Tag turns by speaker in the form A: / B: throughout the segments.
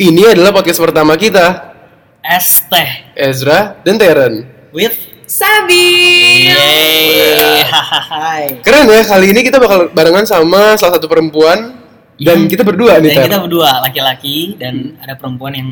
A: Ini adalah podcast pertama kita,
B: es teh
A: Ezra dan Teren.
B: with
C: Sabi.
B: Yeay. Hai.
A: Keren ya, kali ini kita bakal barengan sama salah satu perempuan dan kita berdua nih,
B: Iya. Dan
A: Ter.
B: kita berdua laki-laki dan ada perempuan yang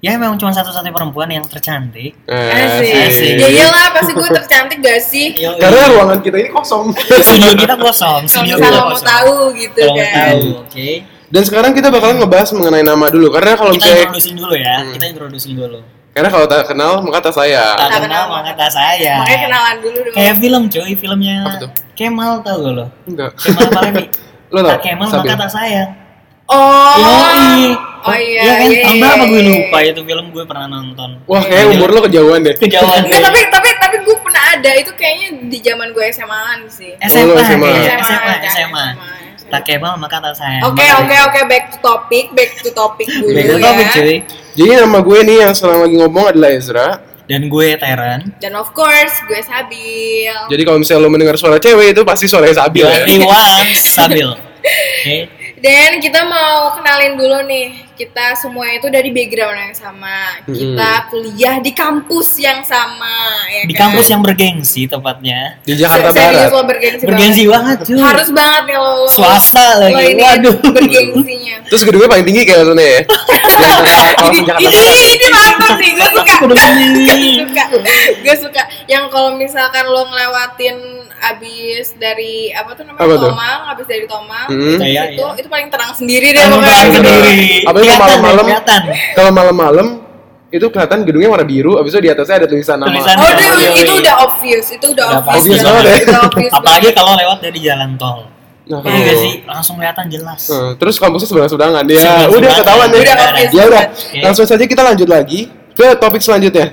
B: ya memang cuma satu-satunya perempuan yang tercantik.
A: Eh, Asik.
C: Asik.
B: Asik.
C: Ya iyalah pasti gue tercantik gak sih?
B: Yoi.
A: Karena ruangan kita ini kosong.
B: studio kita kosong,
C: Kalau
B: studio
C: misalnya
B: kita
C: mau
B: kosong.
C: tahu gitu
B: Kalau mau
C: kan.
B: tahu, oke.
A: dan sekarang kita bakalan ngebahas mengenai nama dulu, karena kalau
B: Kita
A: misalnya
B: introducing dulu ya. Kita introducing dulu.
A: karena kalau tak kenal maka tak
B: Tak
A: saya.
C: Hmm.
B: kenal
C: Tak kenal,
B: maka tak saya.
C: Makanya kenalan dulu dong.
B: Kayak film cuy, filmnya
A: Apa tuh?
B: Kemal tau gak lo?
A: Enggak.
B: Kemal Palevi.
A: Lo tau,
B: Tak Kemal
A: Sabil?
B: maka tak saya.
C: Oh.
B: Yoi.
C: Oh iya.
B: Iya kan?
C: iya,
B: Tahun
C: iya,
B: berapa gue
C: iya.
B: lupa ya? itu film gue pernah nonton. Iya.
A: Wah, kayak umur lo kejauhan deh.
B: kejauhan.
C: Eh, tapi tapi tapi gue pernah ada itu kayaknya di zaman gue SMA-an sih.
A: Oh,
B: SMA, ya, SMA,
A: SMA.
B: SMA,
C: jangan
B: SMA.
C: SMA.
B: Tak Kemal maka tak saya.
C: Oke oke oke back to topic, back to topic dulu
B: Beda
C: ya.
B: topik cuy.
A: Jadi nama gue nih yang selama lagi ngomong adalah Ezra.
B: Dan gue Teren.
C: Dan of course gue Sabil.
A: Jadi kalau misalnya lo mendengar suara cewek itu pasti suaranya
B: Iya.
A: Sabil ya.
B: Iwan Sabil. Oke.
C: Dan kita mau kenalin dulu nih, kita semua itu dari background yang sama. Kita kuliah di kampus yang sama, ya
B: Di
C: kan?
B: kampus yang bergengsi tepatnya.
A: Di Jakarta
C: Se-
A: Barat.
C: serius lo bergengsi,
B: Bergengsi banget cuy.
C: banget. Harus banget ya lo.
B: Swasta
C: Lo
B: lagi.
C: ini
B: Waduh.
C: bergengsinya.
A: Terus gedungnya paling tinggi kayak lo nih ya. Hmm. Kalau di Jakarta
C: ini ini ini mantap nih, gue suka.
B: Aku demen nih.
C: gue suka. Gue suka. Yang kalau misalkan lo ngelewatin abis dari apa tuh namanya
A: Apa tuh?
C: Tomang, abis dari Tomang,
A: Hmm.
C: itu,
B: Iya,
C: itu
B: iya.
C: itu paling terang sendiri deh
B: Yang
C: pokoknya.
A: terang sendiri. Apalagi kalau
B: Kelihatan,
A: malam-malam.
B: kelihatan.
A: Kalau malam-malam itu kelihatan gedungnya warna biru, abis itu di atasnya ada tulisan nama.
B: Tulisan.
C: Oh,
B: Iya,
C: itu,
B: iya,
C: itu
B: iya.
C: udah obvious, itu udah
B: Udah
C: obvious,
A: obvious
C: banget.
A: banget ya.
C: Udah obvious
B: Apalagi
C: banget.
B: kalau lewat dari jalan tol.
A: Nah,
B: Iya
A: kalau-
B: gak sih? Langsung kelihatan jelas.
A: Eh, terus kampusnya sebelah sebelahan. Ya,
B: Sebelah-sebelahan. Iya,
A: udah ketahuan ya.
C: Udah, oke,
A: ya udah.
B: oke.
A: Langsung saja kita lanjut lagi ke topik selanjutnya.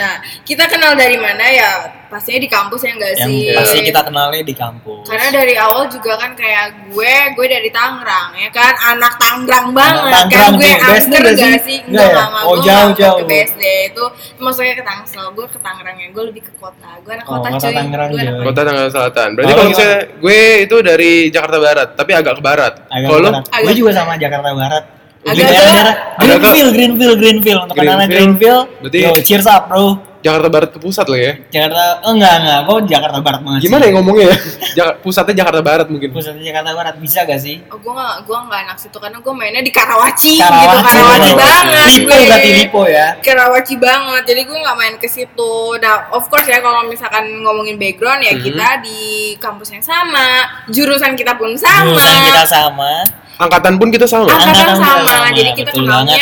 C: Nah, kita kenal dari mana ya? Pastinya di kampus ya enggak
B: Yang
C: sih?
B: pasti kita kenalnya di kampus.
C: Karena dari awal juga kan kayak gue, gue dari Tangerang ya kan, anak Tangerang banget
B: Tangerang
C: kan gue
B: tuh, BSD
C: angker
B: nggak
C: gak
B: sih?
C: sih?
B: Nggak
C: Enggak
B: ya?
C: lama
B: Oh,
C: gue
B: jauh,
C: nggak ke
B: jauh.
C: BSD itu maksudnya ke Tangsel, gue ke Tangerang ya, gue lebih ke kota, gue anak
B: Oh,
C: kota
B: kota
C: cuy,
B: Tangerang
C: gue anak
B: jauh.
C: kota.
A: Kota Tangerang Selatan. Berarti
B: Kalau
A: kalau
B: lo-
A: misalnya gue itu dari Jakarta Barat, tapi agak ke barat.
B: Agak
A: Kalau lo
B: barat. Gue
C: Agak-
B: juga sama Jakarta Barat.
C: Agak
B: Di
C: ke-
B: daerah-daerah
A: agak ke-
B: Greenfield, Greenfield, Greenfield. Untuk anak-anak Greenfield,
A: Greenfield. Berarti-
B: yo cheers up bro.
A: Jakarta Barat ke pusat lo ya.
B: Jakarta, oh enggak enggak, gue Jakarta Barat banget. sih.
A: Gimana ya ngomongnya ya? Jak- pusatnya Jakarta Barat mungkin.
B: Pusatnya Jakarta Barat bisa gak sih?
C: Oh, gue gak, gue gak anak situ karena gue mainnya di Karawaci, gitu,
B: Karawaci,
C: Karawaci banget.
B: Lipo
C: gue.
B: berarti Lipo ya.
C: Karawaci banget, jadi gue nggak main ke situ. Nah, of course ya kalau misalkan ngomongin background ya
B: Mm-hmm.
C: kita di kampus yang sama, jurusan kita pun sama,
B: Jurusan kita sama.
A: Angkatan pun kita sama.
B: Ah.
C: angkatan
B: Angkatan
C: sama. Nah,
B: kita sama,
C: jadi kita
B: betul
C: kenalnya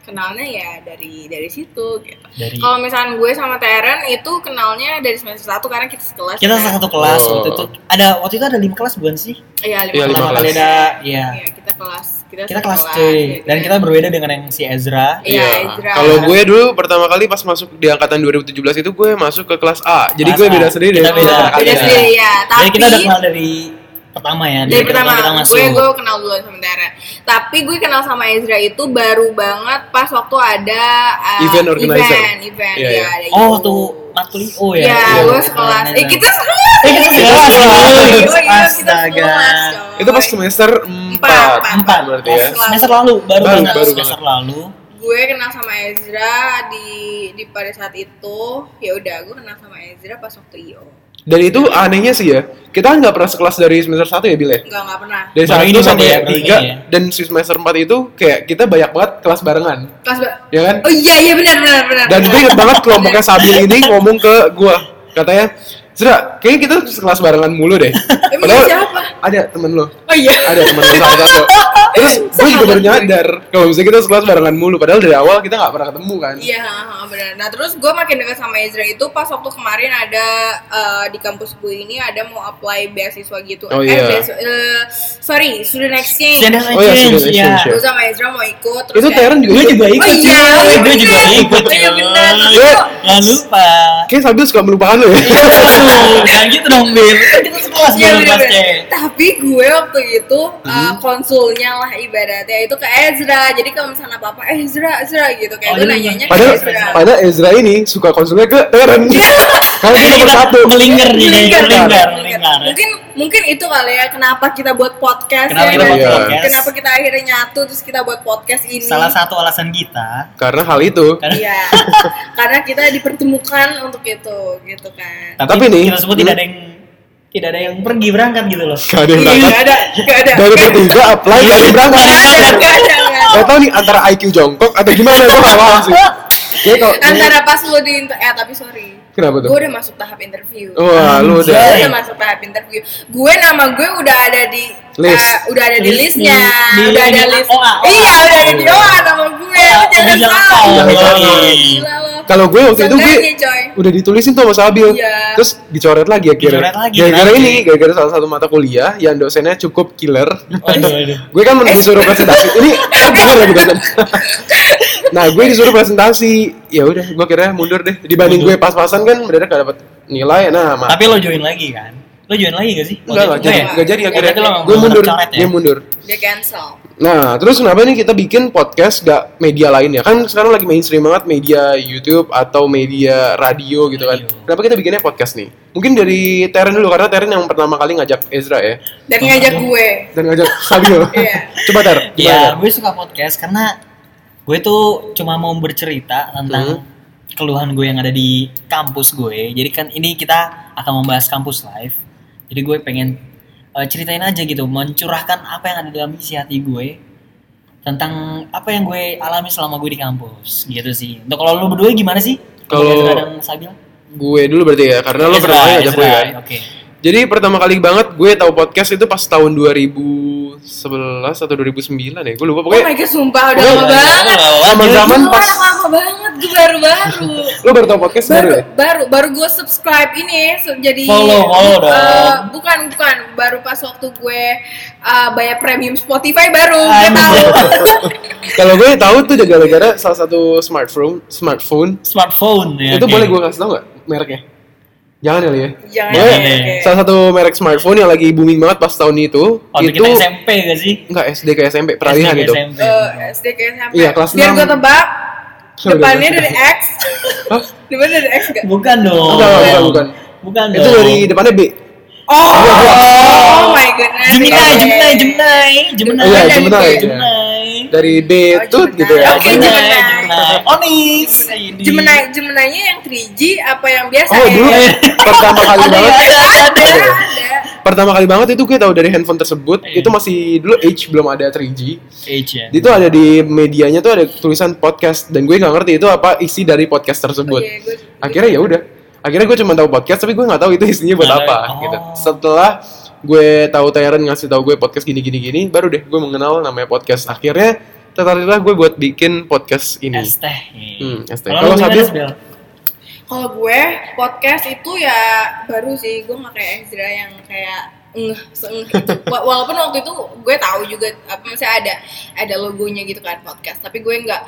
C: kenalnya ya dari dari situ gitu.
B: Dari
C: Kalau misalkan gue sama Teren itu kenalnya dari semester 1 karena kita sekelas.
B: kita
C: kan?
B: satu kelas
A: Oh.
B: waktu itu. Ada waktu itu ada lima kelas bukan sih?
C: Iya, lima
A: Iya,
C: kelas.
B: Pertama kali
A: kelas.
B: ada, iya.
C: Iya, kita kelas. Kita,
B: Kita
C: satu
B: kelas cuy.
C: gitu
B: Dan
C: kan.
B: kita berbeda dengan yang si Ezra.
C: Iya, Ezra.
A: Kalau gue dulu pertama kali pas masuk di angkatan 2017 itu gue masuk ke kelas A. Jadi
B: Kelas
A: gue
B: A.
A: beda sendiri
B: Kita
A: dari
B: beda.
A: angkatan
C: Iya, beda
A: kalian.
C: sendiri ya. Tapi
B: Jadi kita udah kenal dari pertama ya.
C: dari pertama
B: kita masuk.
C: gue gue kenal dulu sama Tara tapi gue kenal sama Ezra itu baru banget pas waktu ada uh,
A: Event organizer.
C: event event
A: Iya,
C: ya
A: iya.
C: ada
B: Oh
C: itu.
B: tuh Matlio ya.
C: ya,
B: Iya,
C: gue
B: kita
C: sekelas eh
B: organizer.
C: kita sekelas
B: Eh, kita sekelas,
C: Iya,
B: sekelas.
C: iya, kita
B: Astaga.
C: sekelas, coy.
A: Itu pas semester 4.
B: empat
A: Berarti ya.
B: Semester lalu baru
A: Baru,
B: banget
A: baru
B: semester lalu.
C: gue kenal sama Ezra di di pada saat itu ya udah gue kenal sama Ezra pas waktu IO
A: Dan itu anehnya sih ya. Kita nggak pernah sekelas dari semester 1 ya, Bil ya?
C: nggak nggak pernah
A: Dari
B: Baru
A: satu
B: ini
A: sampai
B: berarti ya, baru
A: tiga
B: ini ya.
A: dan si semester 4 itu kayak kita banyak banget kelas barengan.
C: kelas ba-
A: Ya kan?
C: oh iya iya benar benar benar
A: Dan gue inget banget kelompoknya Sabil ini ngomong ke gue katanya, Zra, kayaknya kita sekelas barengan mulu deh.
C: Emang siapa?
A: ada temen lo,
C: oh iya
A: ada temen lo salah satu. Terus gue juga baru nyadar kalau misalnya kita sekelas barengan mulu, padahal dari awal kita nggak pernah ketemu kan.
C: Iya, ha, ha, benar. Nah, terus gue makin dekat sama Ezra itu pas waktu kemarin ada eh, di kampus gue ini ada mau apply beasiswa gitu.
A: Oh,
C: Eh,
A: iya.
C: beasiswa- eh, sorry, student exchange.
B: Student
A: Oh iya,
B: exchange,
A: student
B: ya.
A: exchange, ya.
C: Gue sama Ezra mau ikut. Terus
A: Itu
C: kayak-
A: Teren juga.
B: Gue
A: ikut.
B: juga ikut.
C: Oh iya,
B: cuy.
C: iya
B: gue juga
C: bener.
B: ikut.
C: Iya
B: cuy.
C: bener.
B: Jangan lupa.
A: Kayaknya Sabil suka melupakan lo ya.
B: Aduh, Jangan gitu dong, Bil. Kita sekelas
C: Iya,
B: dulu
C: bener,
B: pas
C: bener. Tapi gue waktu itu eh,
A: Mhm.
C: konsulnya lah ibaratnya itu ke Ezra. Jadi kalau misalnya apa-apa eh, Ezra, Ezra gitu kayak
B: Oh,
C: gue
B: iya,
C: nanyanya ke
A: Padahal,
C: Ezra.
A: padahal Ezra ini
C: Iya.
A: suka konsulnya ke Teren. Karena kita bersatu.
B: Melingkar nih,
C: Melingkar,
B: melingkar,
C: melingkar.
B: melingkar.
C: Mungkin mungkin itu kali ya kenapa kita buat podcast
B: Kenapa
C: ya
B: kita
C: nggak
A: buat
C: sih?
A: podcast?
C: Kenapa kita akhirnya nyatu terus kita buat podcast ini?
B: Salah satu alasan kita
A: Karena hal itu.
B: karena
C: Iya. karena kita dipertemukan untuk itu gitu kan.
B: tapi,
A: Tapi nih,
B: kita semua
A: hmm.
B: tidak ada yang tidak ada yang pergi berangkat gitu loh.
A: Gak ada yang
C: Iya,
A: tahu.
C: nggak ada, nggak ada.
A: Dari
C: nggak ada,
A: bertiga apply tapi berangkat.
C: nggak ada, nggak ada.
A: Gak tau nih antara IQ jongkok atau gimana gue gak paham sih. Jadi kalau
C: Antara pas lu di inter- eh tapi sorry.
A: kenapa tuh?
C: Gue udah masuk tahap interview.
A: Wah, lu udah.
B: Anjay.
C: Gue Iya, udah masuk tahap interview. Gue nama gue udah ada di
A: List.
C: eh, udah ada di
B: List
C: listnya.
B: di- Oh, di
C: udah ada
B: ini,
C: list.
B: OA.
C: Iya, udah ada di OA nama gue.
B: Iya,
C: Lu Iya, jangan
B: Jangan
C: salah.
A: salah.
B: Iya.
C: Gila lo.
A: Kalau gue waktu itu gue
C: Seenggaknya, coy.
A: udah ditulisin tuh sama Sabil.
C: Iya.
A: Terus dicoret lagi akhirnya.
B: Dicoret lagi,
A: Gara-gara
B: lagi.
A: ini, gara-gara salah satu mata kuliah yang dosennya cukup killer.
B: Waduh, waduh.
A: gue kan
C: Eh.
A: disuruh presentasi. Ini kan bener lagi dosen. nah, gue disuruh presentasi. Ya udah, gue kira mundur deh. Dibanding gue
B: Mundur.
A: pas-pasan kan mendadak gak dapet nilai. Nah, ma-
B: Tapi lo join lagi kan? Lo join lagi gak sih?
A: enggak lah, jadi,
C: ya?
A: enggak jadi akhirnya.
B: Berarti lo nggak
A: Gue
B: mau
A: mundur,
B: tercoret ya?
A: dia mundur.
C: Dia cancel.
A: Nah, terus kenapa nih kita bikin podcast gak media lain ya? Kan sekarang lagi mainstream banget media YouTube atau media radio gitu kan.
C: Iya.
B: Radio.
A: Kenapa kita bikinnya podcast nih? Mungkin dari Teren dulu, karena Teren yang pertama kali ngajak Ezra ya.
C: Dan ngajak gue.
A: Dan ngajak Sabio.
C: Iya.
A: Coba Ter, gimana,
B: Iya,
A: Ter?
B: gue suka podcast karena gue tuh cuma mau bercerita
A: Hmm.
B: tentang keluhan gue yang ada di kampus gue. Jadi kan ini kita akan membahas kampus live. Jadi gue pengen eh, ceritain aja gitu, mencurahkan apa yang ada dalam isi hati gue tentang apa yang gue alami selama gue di kampus gitu sih. Untuk kalau lu berdua gimana sih?
A: Kalau-
B: Lu kadang Sabil?
A: Gue dulu berarti ya, karena lo
B: Ezra,
A: pertama kali ngajak
B: Ezra,
A: gue kan.
B: ya. Oke.
A: Jadi pertama kali banget gue tahu podcast itu pas tahun 2011 atau 2009 ya. Gue lupa
C: Oh
A: pokoknya.
C: my god, sumpah udah
A: Pokoknya-
C: lama
B: Iya,
C: banget.
A: Zaman-zaman
C: Gila,
A: pas
C: lama banget gue baru-baru.
A: lo baru tahu podcast baru
C: baru
A: ya?
C: baru baru gue subscribe ini se- jadi
B: Follow, follow
C: eh,
B: dong.
C: bukan bukan baru pas waktu gue eh, bayar premium Spotify baru gue
B: Anjing.
C: tahu
A: Kalau gue tahu tuh gara-gara salah satu smartphone, smartphone
B: Smartphone ya.
A: itu
B: oke.
A: boleh gue kasih tau nggak mereknya? Jangan kali ya.
C: jangan
A: Boleh.
C: oke, oke.
A: Salah satu merek smartphone yang lagi booming banget pas tahun itu,
B: Waktu
A: itu
B: kita SMP gak sih?
A: nggak SD ke SMP peralihan gitu. itu.
B: SD, SMP.
C: Eh, SD ke SMP
A: Iya, kelas
C: biar
A: enam.
C: gue tebak
A: Udah,
C: depannya
A: udah.
C: dari X
A: Hah?
C: depannya dari X gak
B: Bukan dong.
A: Enggak, bukan, bukan.
B: Bukan
A: Itu
B: dong.
A: dari depannya B.
C: oh oh my goodness
B: Gemini,
C: Oke.
B: Gemini, Gemini, Gemini.
A: Iya,
C: dari
A: Gemini.
C: B.
A: iya.
B: Gemini.
A: Dari B
C: Oh,
A: itu
C: Gemini.
A: gitu ya.
C: Oke, Gemini.
B: Onis. ini.
C: Gemini Gemini-nya yang 3G apa yang biasa
A: Oh
C: ya?
A: dulu Iya,
C: ada Iya,
A: pertama kali banget.
B: ya.
C: ada
A: Pertama kali banget itu gue tahu dari handphone tersebut
B: Iya.
A: itu masih dulu H belum ada 3G.
B: Age ya.
A: Itu ada di medianya tuh ada tulisan podcast dan gue nggak ngerti itu apa isi dari podcast tersebut.
C: Oke, gue-
A: Akhirnya ya udah. Akhirnya gue cuma tahu podcast tapi gue nggak tahu itu isinya buat
B: Nggak
A: apa
B: tahu. Oh.
A: gitu. Setelah gue tahu Tyrone ngasih tahu gue podcast gini gini gini, baru deh gue mengenal namanya podcast. Akhirnya tertariklah gue buat bikin podcast ini.
B: Es teh.
A: Hmm, es teh. Kalau Hmm.
B: Kalau
A: Sabil?
B: Sabil, Sabil.
C: Kalau gue podcast itu ya baru sih, gue nggak kayak Ezra yang kayak ngeh seengeh itu. Wa- Walaupun waktu itu gue tahu juga apa misalnya ada ada logonya gitu kan podcast, tapi gue nggak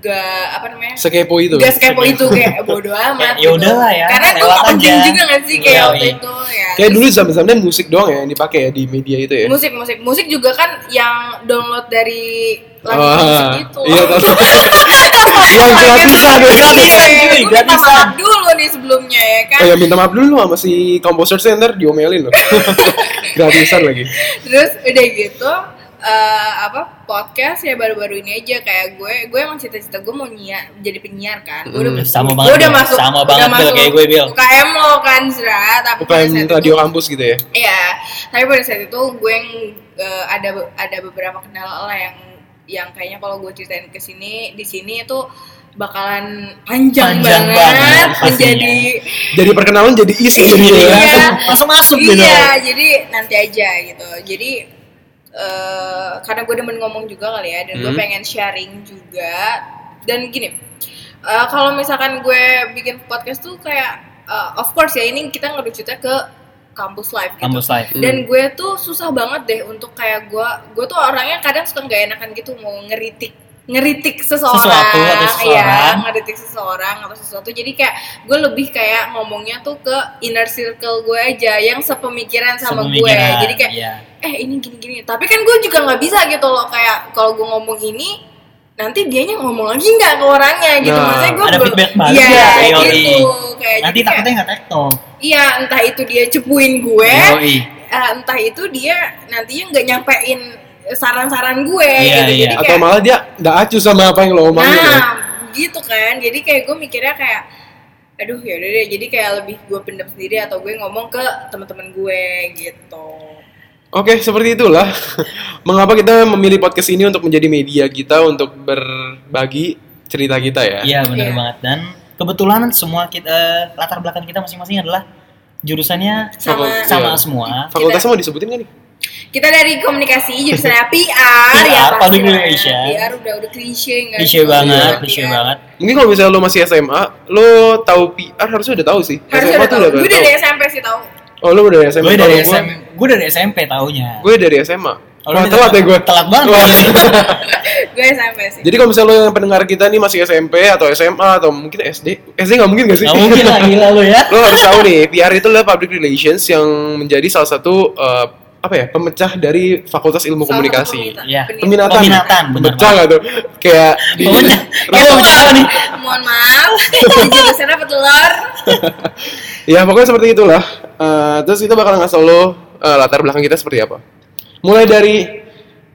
C: nggak apa namanya
A: Sekepo itu.
C: nggak sekepo itu kayak bodo amat.
B: Ya, ya
C: gitu.
B: udahlah ya,
C: Karena gue
B: lewat
C: nggak penting
B: aja.
C: juga nggak sih kayak
B: Iya,
C: waktu
B: iya.
C: itu ya.
A: Kayak dulu zaman-zamannya musik doang ya yang dipakai ya di media itu ya.
C: Musik musik musik juga kan yang download dari lagu
A: Wah,
C: musik gitu. Kan Iya, itu.
A: Iya, tahu. yang gratisan, yang gratisan.
B: cuy,
C: Gue ya. minta
B: gratisan.
C: maaf dulu nih sebelumnya ya kan.
A: Oh ya minta maaf dulu sama si komposer center diomelin loh. gratisan lagi.
C: terus udah gitu eh, apa podcast ya baru-baru ini aja kayak gue gue emang cita-cita gue mau nyiar jadi penyiar kan gue udah
A: Hmm,
B: sama
C: gue
B: banget,
C: udah
B: Bil.
C: masuk
B: Sama
C: udah
B: banget, Bil,
C: masuk
B: kayak gue, Bil.
C: UKM lo kan Zra tapi pada
A: Bukan
C: saat itu-
A: radio kampus gitu ya.
C: Iya, tapi pada saat itu gue yang, eh, ada be- ada beberapa kenal lah yang yang kayaknya kalau gue ceritain ke sini di sini itu bakalan panjang,
B: Panjang
C: banget,
B: banget pastinya.
C: menjadi
A: Jadi perkenalan jadi isi jadinya ya.
C: Iya.
B: Langsung masuk
C: iya,
B: gitu.
C: jadi nanti aja gitu. Jadi eh karena gue demen ngomong juga kali ya, dan gue
A: Hmm.
C: pengen sharing juga. Dan gini, eh, kalau misalkan gue bikin podcast tuh kayak, eh, of course ya ini kita ngerucutnya ke kampus live gitu.
B: Kampus live.
C: Dan gue tuh susah banget deh untuk kayak gue, gue tuh orangnya kadang suka nggak enakan gitu mau ngeritik ngeritik seseorang,
B: Sesuatu atau
C: ya
B: seseorang.
C: ngeritik seseorang atau sesuatu jadi kayak gue lebih kayak ngomongnya tuh ke inner circle gue aja yang sepemikiran sama
B: Sepemikiran,
C: gue jadi kayak
B: iya.
C: eh ini gini-gini tapi kan gue juga nggak bisa gitu loh kayak kalau gue ngomong ini nanti dianya ngomong lagi nggak ke orangnya gitu
A: Nah,
C: maksudnya gue
B: ada
C: belum-
B: feedback balik
C: Iya,
B: ya,
C: kayak
B: yoi.
C: gitu kayak
B: Nanti
C: jadi kayak-
B: takutnya nggak tektok.
C: iya entah itu dia cepuin gue
B: Yoi.
C: eh, entah itu dia nantinya nggak nyampein saran-saran gue
B: Iya,
C: gitu.
B: iya.
C: Jadi
A: atau
C: kayak
A: malah dia nggak acuh sama apa yang lo omongin ya.
C: nah, gitu kan. Jadi kayak gue mikirnya kayak aduh ya udah deh. Jadi kayak lebih gue pendem sendiri atau gue ngomong ke teman-teman gue gitu.
A: Oke, seperti itulah. Mengapa kita memilih podcast ini untuk menjadi media kita untuk berbagi cerita kita ya?
B: Iya benar
C: Iya.
B: banget dan kebetulan semua kita eh, latar belakang kita masing-masing adalah jurusannya
C: Sama
A: Fakul-
B: sama
A: iya.
B: semua.
A: Fakultasnya mau disebutin kan nih?
C: kita dari komunikasi jurusan PR ya
B: PR, Public
C: lah.
B: Relation.
C: PR udah udah klise nggak
B: Klise
C: sih?
B: banget,
C: Iya.
B: klise banget.
A: Mungkin kalau misalnya lo masih SMA, lo tahu PR harusnya udah tahu sih.
C: Harusnya
A: tuh
C: udah tahu.
A: pada
C: Gue dari
A: tahu.
C: SMP sih tahu.
A: Oh, lo udah dari SMA.
B: Gue dari
A: Kalau
B: SMP, gue dari SMP taunya.
A: Gue dari SMA.
B: Oh,
A: Wah,
B: lu
A: telat ya gue.
B: Telat banget.
A: Wah.
C: gue SMP sih.
A: Jadi kalau misalnya lo yang pendengar kita nih masih SMP atau SMA atau mungkin SD, SD nggak mungkin gak sih?
B: Gak mungkin lah gila lu ya.
A: lo harus tahu nih PR itu adalah public relations yang menjadi salah satu eh, apa ya pemecah dari Fakultas Ilmu
C: Salah satu
A: Komunikasi
C: peminta-
B: Iya.
C: peminta.
A: peminatan
B: Peminatan, benar Eh,
A: pemecah nggak tuh kayak di
B: Pokoknya
C: Ya,
B: Lu
C: mohon
B: pecah
C: maaf,
B: Oh, nih.
C: Mohon maaf. Ini Jurusan apa telur?
A: ya pokoknya seperti itulah Eh, terus kita bakal ngasih tau lo eh, latar belakang kita seperti apa mulai dari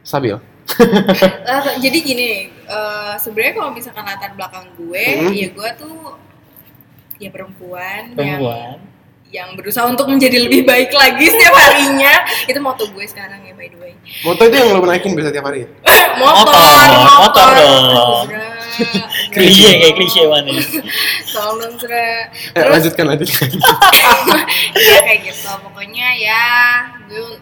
A: Sabil
C: Eh, jadi gini, eh, sebenarnya kalau misalkan latar belakang gue,
A: Hmm.
C: ya gue tuh ya perempuan,
B: Perempuan.
C: yang yang berusaha untuk menjadi lebih baik lagi setiap harinya. Itu moto gue sekarang ya by the way.
A: motor itu yang lo naikin bisa tiap hari ya?
C: motor,
B: Motor, motor dong.
C: Azra,
A: Iya.
B: Klise
C: Azra.
B: kayak klise banget. ya.
C: Tolong dong, Zra.
A: eh,
C: Terus-
A: lanjutkan lanjutkan
C: ya kayak gitu pokoknya ya gue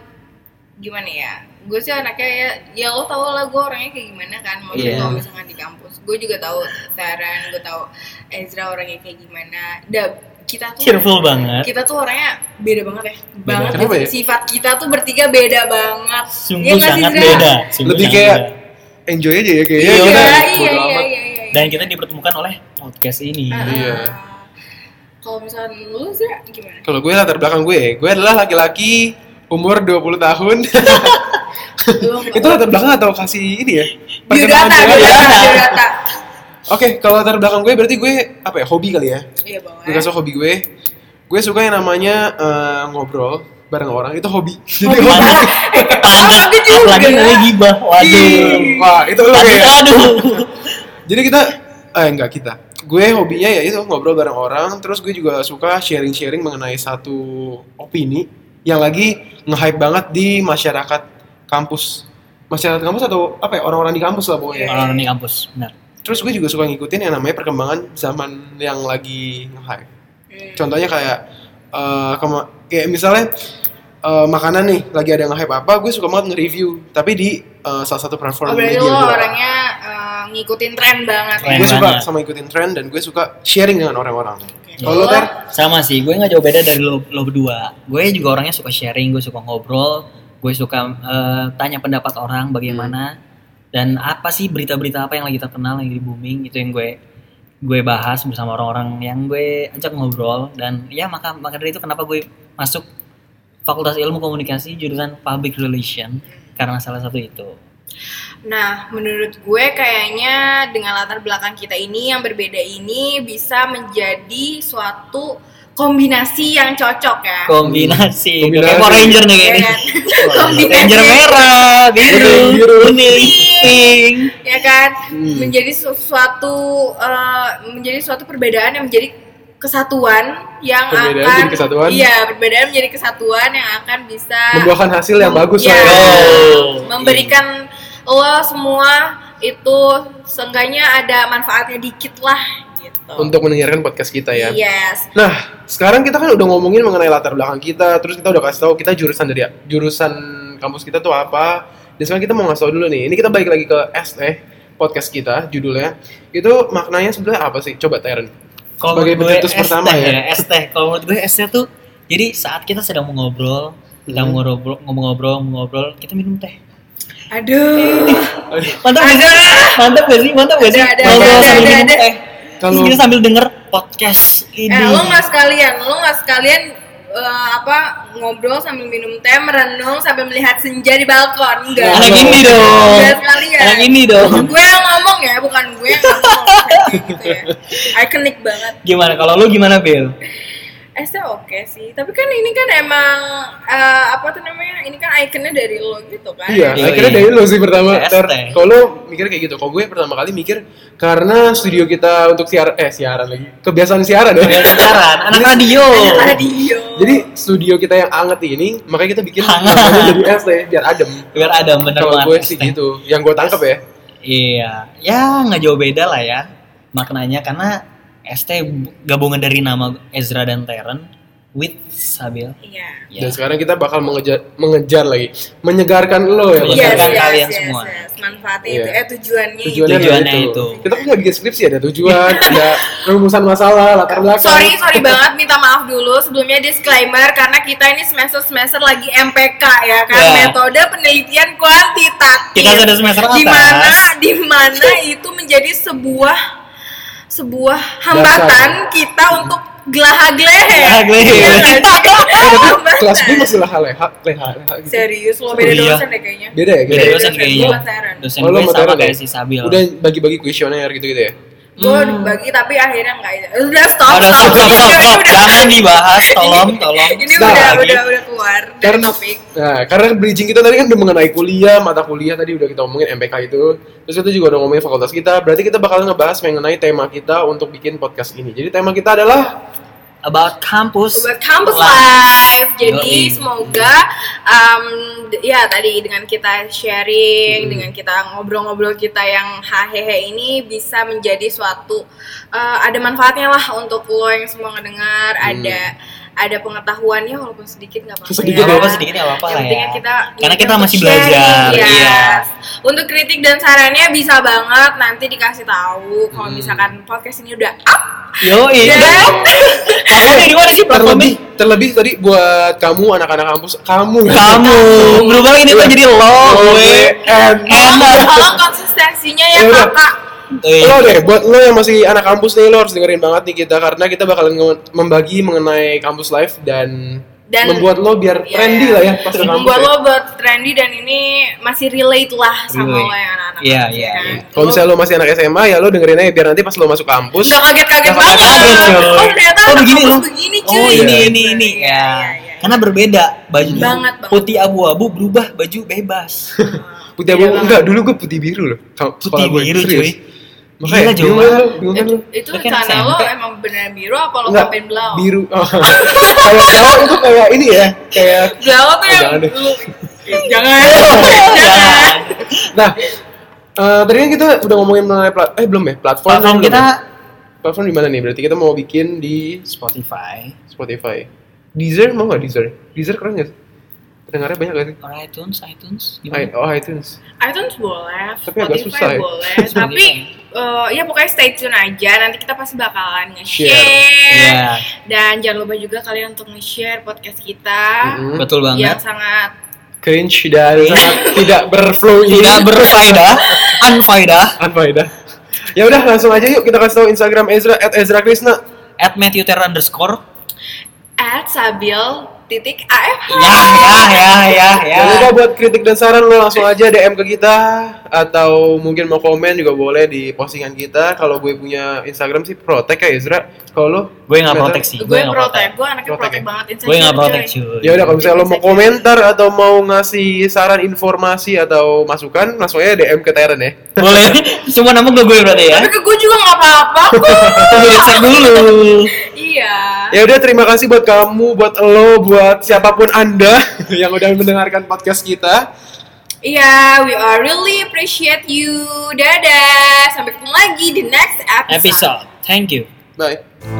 C: gimana ya gue sih anaknya ya ya lo tau lah gue orangnya kayak gimana kan maksudnya
B: Iya.
C: kalau misalkan di kampus gue juga tahu Taran gue tahu Ezra orangnya kayak gimana da kita tuh
B: Cheerful banget.
C: kita tuh orangnya beda banget ya banget
A: Kenapa
C: gitu.
A: ya?
C: sifat kita tuh bertiga beda banget Iya
B: Sungguh
C: nggak sih,
B: sangat
C: Zra?
B: beda. sungguh
A: lebih
B: sangat
A: kayak
B: beda.
A: enjoy aja ya kayaknya
B: Iya,
C: iya
A: Kita
C: iya
A: ya. bodo
C: iya
A: amat.
C: iya, iya
B: dan kita dipertemukan oleh podcast ini.
C: Ah,
A: Iya.
C: ah. kalau misalkan lu Zra gimana
A: kalau gue latar belakang gue gue adalah laki-laki umur 20 tahun
C: Lu-
A: itu latar belakang atau kasih ini ya
C: biodata
A: Perkenalan dulu ya?
C: biodata biodata
A: Oke, kalau latar belakang gue berarti gue apa ya hobi kali ya?
C: iya
A: Gue
C: boleh
A: kasih tau hobi gue. Gue suka yang namanya eh, ngobrol bareng orang itu hobi. Jadi
B: Hobi
A: hobi.
B: banget.
C: Apalagi juga.
B: Apalagi namanya gibah. Waduh.
A: Ih, Wah, itu lo
B: Aduh,
A: kayak.
B: aduh.
A: Jadi kita eh enggak kita. Gue hobinya ya itu ngobrol bareng orang, terus gue juga suka sharing-sharing mengenai satu opini yang lagi nge-hype banget di masyarakat kampus. Masyarakat kampus atau apa ya? Orang-orang di kampus lah pokoknya.
B: Orang-orang di kampus, benar.
A: Terus gue juga suka ngikutin yang namanya perkembangan zaman yang lagi nge-hype. Contohnya kayak eh, kema- kayak misalnya eh, makanan nih lagi ada yang hype apa, gue suka banget nge-review tapi di eh, salah satu platform
C: Oh,
A: media
C: berarti lo
A: gue.
C: orangnya eh, ngikutin tren banget ya?
B: Keren
A: Gue suka
B: banget.
A: sama ikutin tren dan gue suka sharing dengan orang-orang.
C: Oke.
A: Kalau lo ter,
B: Sama sih, gue nggak jauh beda dari lo, lo berdua. Gue juga orangnya suka sharing, gue suka ngobrol, gue suka eh, tanya pendapat orang bagaimana dan apa sih berita-berita apa yang lagi terkenal, yang lagi booming itu yang gue gue bahas bersama orang-orang yang gue ajak ngobrol dan ya maka maka dari itu kenapa gue masuk Fakultas Ilmu Komunikasi jurusan Public Relation karena salah satu itu.
C: Nah, menurut gue kayaknya dengan latar belakang kita ini yang berbeda ini bisa menjadi suatu kombinasi yang cocok ya.
B: Kombinasi,
A: Kombinasi.
B: kayak Power Ranger nih
C: Ya
B: kayaknya.
C: kan? kombinasi.
B: Ranger merah, biru,
A: Biru,
B: kuning, pink.
C: Ya kan?
A: Hmm.
C: Menjadi sesuatu eh, menjadi suatu perbedaan yang menjadi kesatuan yang
A: Perbedaan
C: akan
A: jadi kesatuan.
C: Iya, perbedaan menjadi kesatuan yang akan bisa
A: membuahkan hasil yang
C: Mem-
A: bagus
C: Ah. iya.
A: lah ya.
B: Oh.
C: memberikan lo semua itu seenggaknya ada manfaatnya dikit lah gitu.
A: untuk mendengarkan podcast kita ya.
C: Yes.
A: Nah, sekarang kita kan udah ngomongin mengenai latar belakang kita, terus kita udah kasih tahu kita jurusan dari jurusan kampus kita tuh apa. Dan sekarang kita mau ngasih tahu dulu nih. Ini kita balik lagi ke S eh podcast kita judulnya. Itu maknanya sebenarnya apa sih? Coba Teren.
B: Kalau
A: Sebagai
B: menurut gue
A: pencetus
B: es
A: pertama
B: teh
A: ya.
B: es teh. Kalau menurut gue es teh tuh jadi saat kita sedang mengobrol, kita
A: Hmm.
B: mengobrol, ngobrol, ngobrol, kita minum teh.
C: Aduh.
B: Mantap gak sih? Mantap gak sih? Mantap gak sih?
C: Ada, ada,
B: Ngobrol
C: ada,
B: sambil
C: ada,
B: minum
C: ada.
B: teh. Terus
A: Kalau-
B: kita sambil denger podcast ini.
C: Eh, lo nggak sekalian, lo nggak sekalian eh, apa ngobrol sambil minum teh, merenung sambil melihat senja di balkon, enggak?
B: Anak ini dong.
C: Enggak sekalian.
B: Anak ini dong.
C: Gue yang ngomong ya, bukan gue yang ngomong. Kayak gitu ya. Iconic banget.
B: Gimana kalau lu gimana, Bill?
C: esnya oke sih tapi kan ini kan emang eh, apa tuh namanya ini kan ikonnya dari lo gitu kan
A: Iya,
B: Iya,
A: akhirnya
B: iya.
A: dari lo sih pertama.
B: Tes,
A: Ter,
B: tes.
A: kalau lo mikir kayak gitu, kalau gue pertama kali mikir karena studio kita untuk siaran, eh siaran lagi, kebiasaan siaran ya.
B: Siaran, anak radio.
C: Ada radio
A: Jadi studio kita yang anget ini, makanya kita bikin
B: Hangat.
A: namanya jadi es teh, biar adem.
B: Biar ada bener
A: Kalau gue
B: banget.
A: sih gitu, yang gue tangkep ya.
B: Iya, ya nggak jauh beda lah ya maknanya karena ST gabungan dari nama Ezra dan Teren with Sabil.
C: iya
B: Ya.
A: Dan sekarang kita bakal mengejar, mengejar lagi, menyegarkan lo ya.
B: Yes,
C: Iya
A: Mas.
B: Menyegarkan kalian semua.
C: manfaatnya
A: Iya.
C: itu eh
A: Tujuannya,
C: tujuannya, itu.
B: Tujuannya
A: itu.
B: itu.
A: Kita kan nggak bikin skripsi ada tujuan, ada rumusan masalah, latar belakang.
C: Sorry, sorry banget, minta maaf dulu sebelumnya disclaimer karena kita ini semester-semester lagi MPK ya kan
B: Ya.
C: metode penelitian kuantitatif.
B: Kita sudah semester atas.
C: Di mana di mana itu menjadi sebuah sebuah hambatan kita untuk gelaha-gelehe.
B: Gelaha-gelehe.
C: Iya kan? Jadi kita hambatan.
A: Kelas B masih leha leha, leha leha gitu.
C: Serius lo beda
B: Iya.
C: dosen deh kayaknya.
A: Beda ya?
B: Beda
A: gitu?
B: dosen kayaknya.
C: Gua Teren.
B: Dosen
A: Oh, lo
B: gue
A: sama
B: sama
A: Teren ya?
B: kayak si Sabil.
A: Udah bagi-bagi kuesioner gitu-gitu ya?
C: Gue bagi tapi akhirnya enggak. Udah stop,
B: Udah,
C: stop.
B: stop, Hmm. stop,
C: Ini udah-
B: stop.
C: udah-
B: Jangan dibahas, tolong, tolong.
C: Ini
A: Stop
C: udah,
B: lagi.
C: udah, udah keluar dari
A: Karena,
C: topik.
A: nah, karena bridging kita tadi kan udah mengenai kuliah, mata kuliah tadi udah kita omongin MPK itu. Terus kita juga udah ngomongin fakultas kita. Berarti kita bakal ngebahas mengenai tema kita untuk bikin podcast ini. Jadi tema kita adalah
B: About campus.
C: buat campus
B: life.
C: life. Jadi
B: Yoi.
C: semoga um, d- ya tadi dengan kita sharing,
B: Mm-hmm.
C: dengan kita ngobrol-ngobrol kita yang hahehe ini bisa menjadi suatu uh, ada manfaatnya lah untuk lo yang semua ngedengar,
B: Mm-hmm.
C: ada ada pengetahuannya walaupun sedikit nggak apa-apa. ya.
A: Sedikit
B: nggak apa-apa, sedikit nggak apa-apa
C: Yang
B: lah
C: pentingnya
B: ya.
C: Kita
B: Karena kita
C: untuk
B: masih belajar,
C: sharing,
B: iya.
C: yes. Untuk kritik dan sarannya bisa banget nanti dikasih tahu
B: Mm-hmm.
C: kalau misalkan podcast ini udah up.
B: Yo, iya.
C: dan-
B: Ada di mana sih platformnya?
A: terlebih terlebih tadi buat kamu anak-anak kampus, kamu
B: Kamu berubah
A: Iya.
B: ini tuh jadi lo, gue.
A: eh, and
C: Tolong tolong konsistensinya ya
A: Ya udah.
C: kakak.
B: Eh,
A: Lo deh, buat lo yang masih anak kampus nih, lo harus dengerin banget nih kita karena kita bakal nge- membagi mengenai kampus life dan,
C: Dan-
A: membuat lo biar
C: Iya,
A: trendy
C: iya.
A: lah ya pas ke kampus.
C: Buat
A: ya.
C: lo buat trendy dan ini masih relate lah sama
B: Relate.
C: lo yang anak-anak.
B: Iya,
C: ya
B: iya,
C: kan?
B: iya.
A: Kalau misalnya lo masih anak SMA ya lo dengerin aja biar nanti pas lo masuk kampus.
C: Nggak kaget-kaget
A: Nggak
C: banget.
A: kaget-kaget,
B: coy.
C: Oh ternyata
B: Oh,
C: anak
B: begini
C: kampus
B: loh.
C: begini cuy.
B: Oh ini ini ini ya.
C: Iya, iya, iya.
B: Karena berbeda baju
C: Banget, banget.
B: putih abu-abu berubah baju bebas.
A: Putih
C: Iya
A: abu
C: banget.
A: enggak dulu gue putih biru loh. Ka- sekolah
B: putih
A: gue,
B: biru
A: serius.
B: cuy.
A: Makanya
B: Gila, jauh
A: bingung kan
B: banget.
A: lo, bingung kan lo.
C: Itu
B: Lo kan
C: celana lo
B: SMP.
C: emang beneran biru apa lo
A: Enggak,
C: kapain belau?
A: biru. Oh. kayak sekarang itu kayak ini ya, kayak
C: Belau tuh
A: Oh,
C: yang
A: jangan deh.
C: dulu. Jangan. Jangan.
B: Jangan.
A: nah eh, tadi kan kita udah ngomongin mengenai plat eh belum ya platform
B: Platform
A: belum
B: kita
A: ya? platform di mana nih berarti kita mau bikin di
B: Spotify,
A: Spotify Deezer mau nggak Deezer Deezer keren nggak sih pendengarnya banyak gak sih
B: or iTunes, iTunes.
A: I-
B: Gimana?
A: oh iTunes
C: iTunes boleh,
A: Tapi agak
C: Spotify
A: susah ya.
C: boleh,
B: Susah
C: tapi eh, ya pokoknya stay tune aja. Nanti kita pasti bakalan nge-share.
B: Iya,
C: Dan jangan lupa juga kalian untuk nge-share podcast kita
A: Mhm.
B: Iya, betul
C: yang
B: banget.
C: sangat
A: cringe dan sangat tidak berflow ini
B: Iya. Tidak berfaedah, unfaedah.
A: Anfaedah. ya udah langsung aja yuk kita kasih tahu Instagram Ezra at Ezra Krishna
B: At Matthew Ter underscore.
C: at sabil titik AFH.
B: Ya, ya, ya, ya, ya.
A: Jangan lupa buat kritik dan saran lo langsung aja DM ke kita atau mungkin mau komen juga boleh di postingan kita. Kalau gue punya Instagram sih protek ya Ezra. Kalau lo
B: Gue nggak
A: Ternyata-
B: proteksi, gue
C: Gue
B: nggak
C: protek,
B: protek.
C: gue anaknya
A: Protek
C: protek
A: ya?
C: banget
B: Gue nggak
C: insecure,
B: protek
C: coy.
B: cuy.
A: Ya udah kalau misalnya lo mau komentar atau mau ngasih saran informasi atau masukan langsung aja DM ke Teren ya.
B: Boleh. Semua nama gue gue berarti ya.
C: Tapi ke gue juga gak apa-apa kok.
B: Gue cek dulu.
C: iya.
A: Ya udah terima kasih buat kamu, buat lo, buat siapapun Anda yang udah mendengarkan podcast kita.
C: Iya, we are really appreciate you. Dadah. Sampai ketemu lagi di next episode.
B: Episode. Thank you.
A: Bye.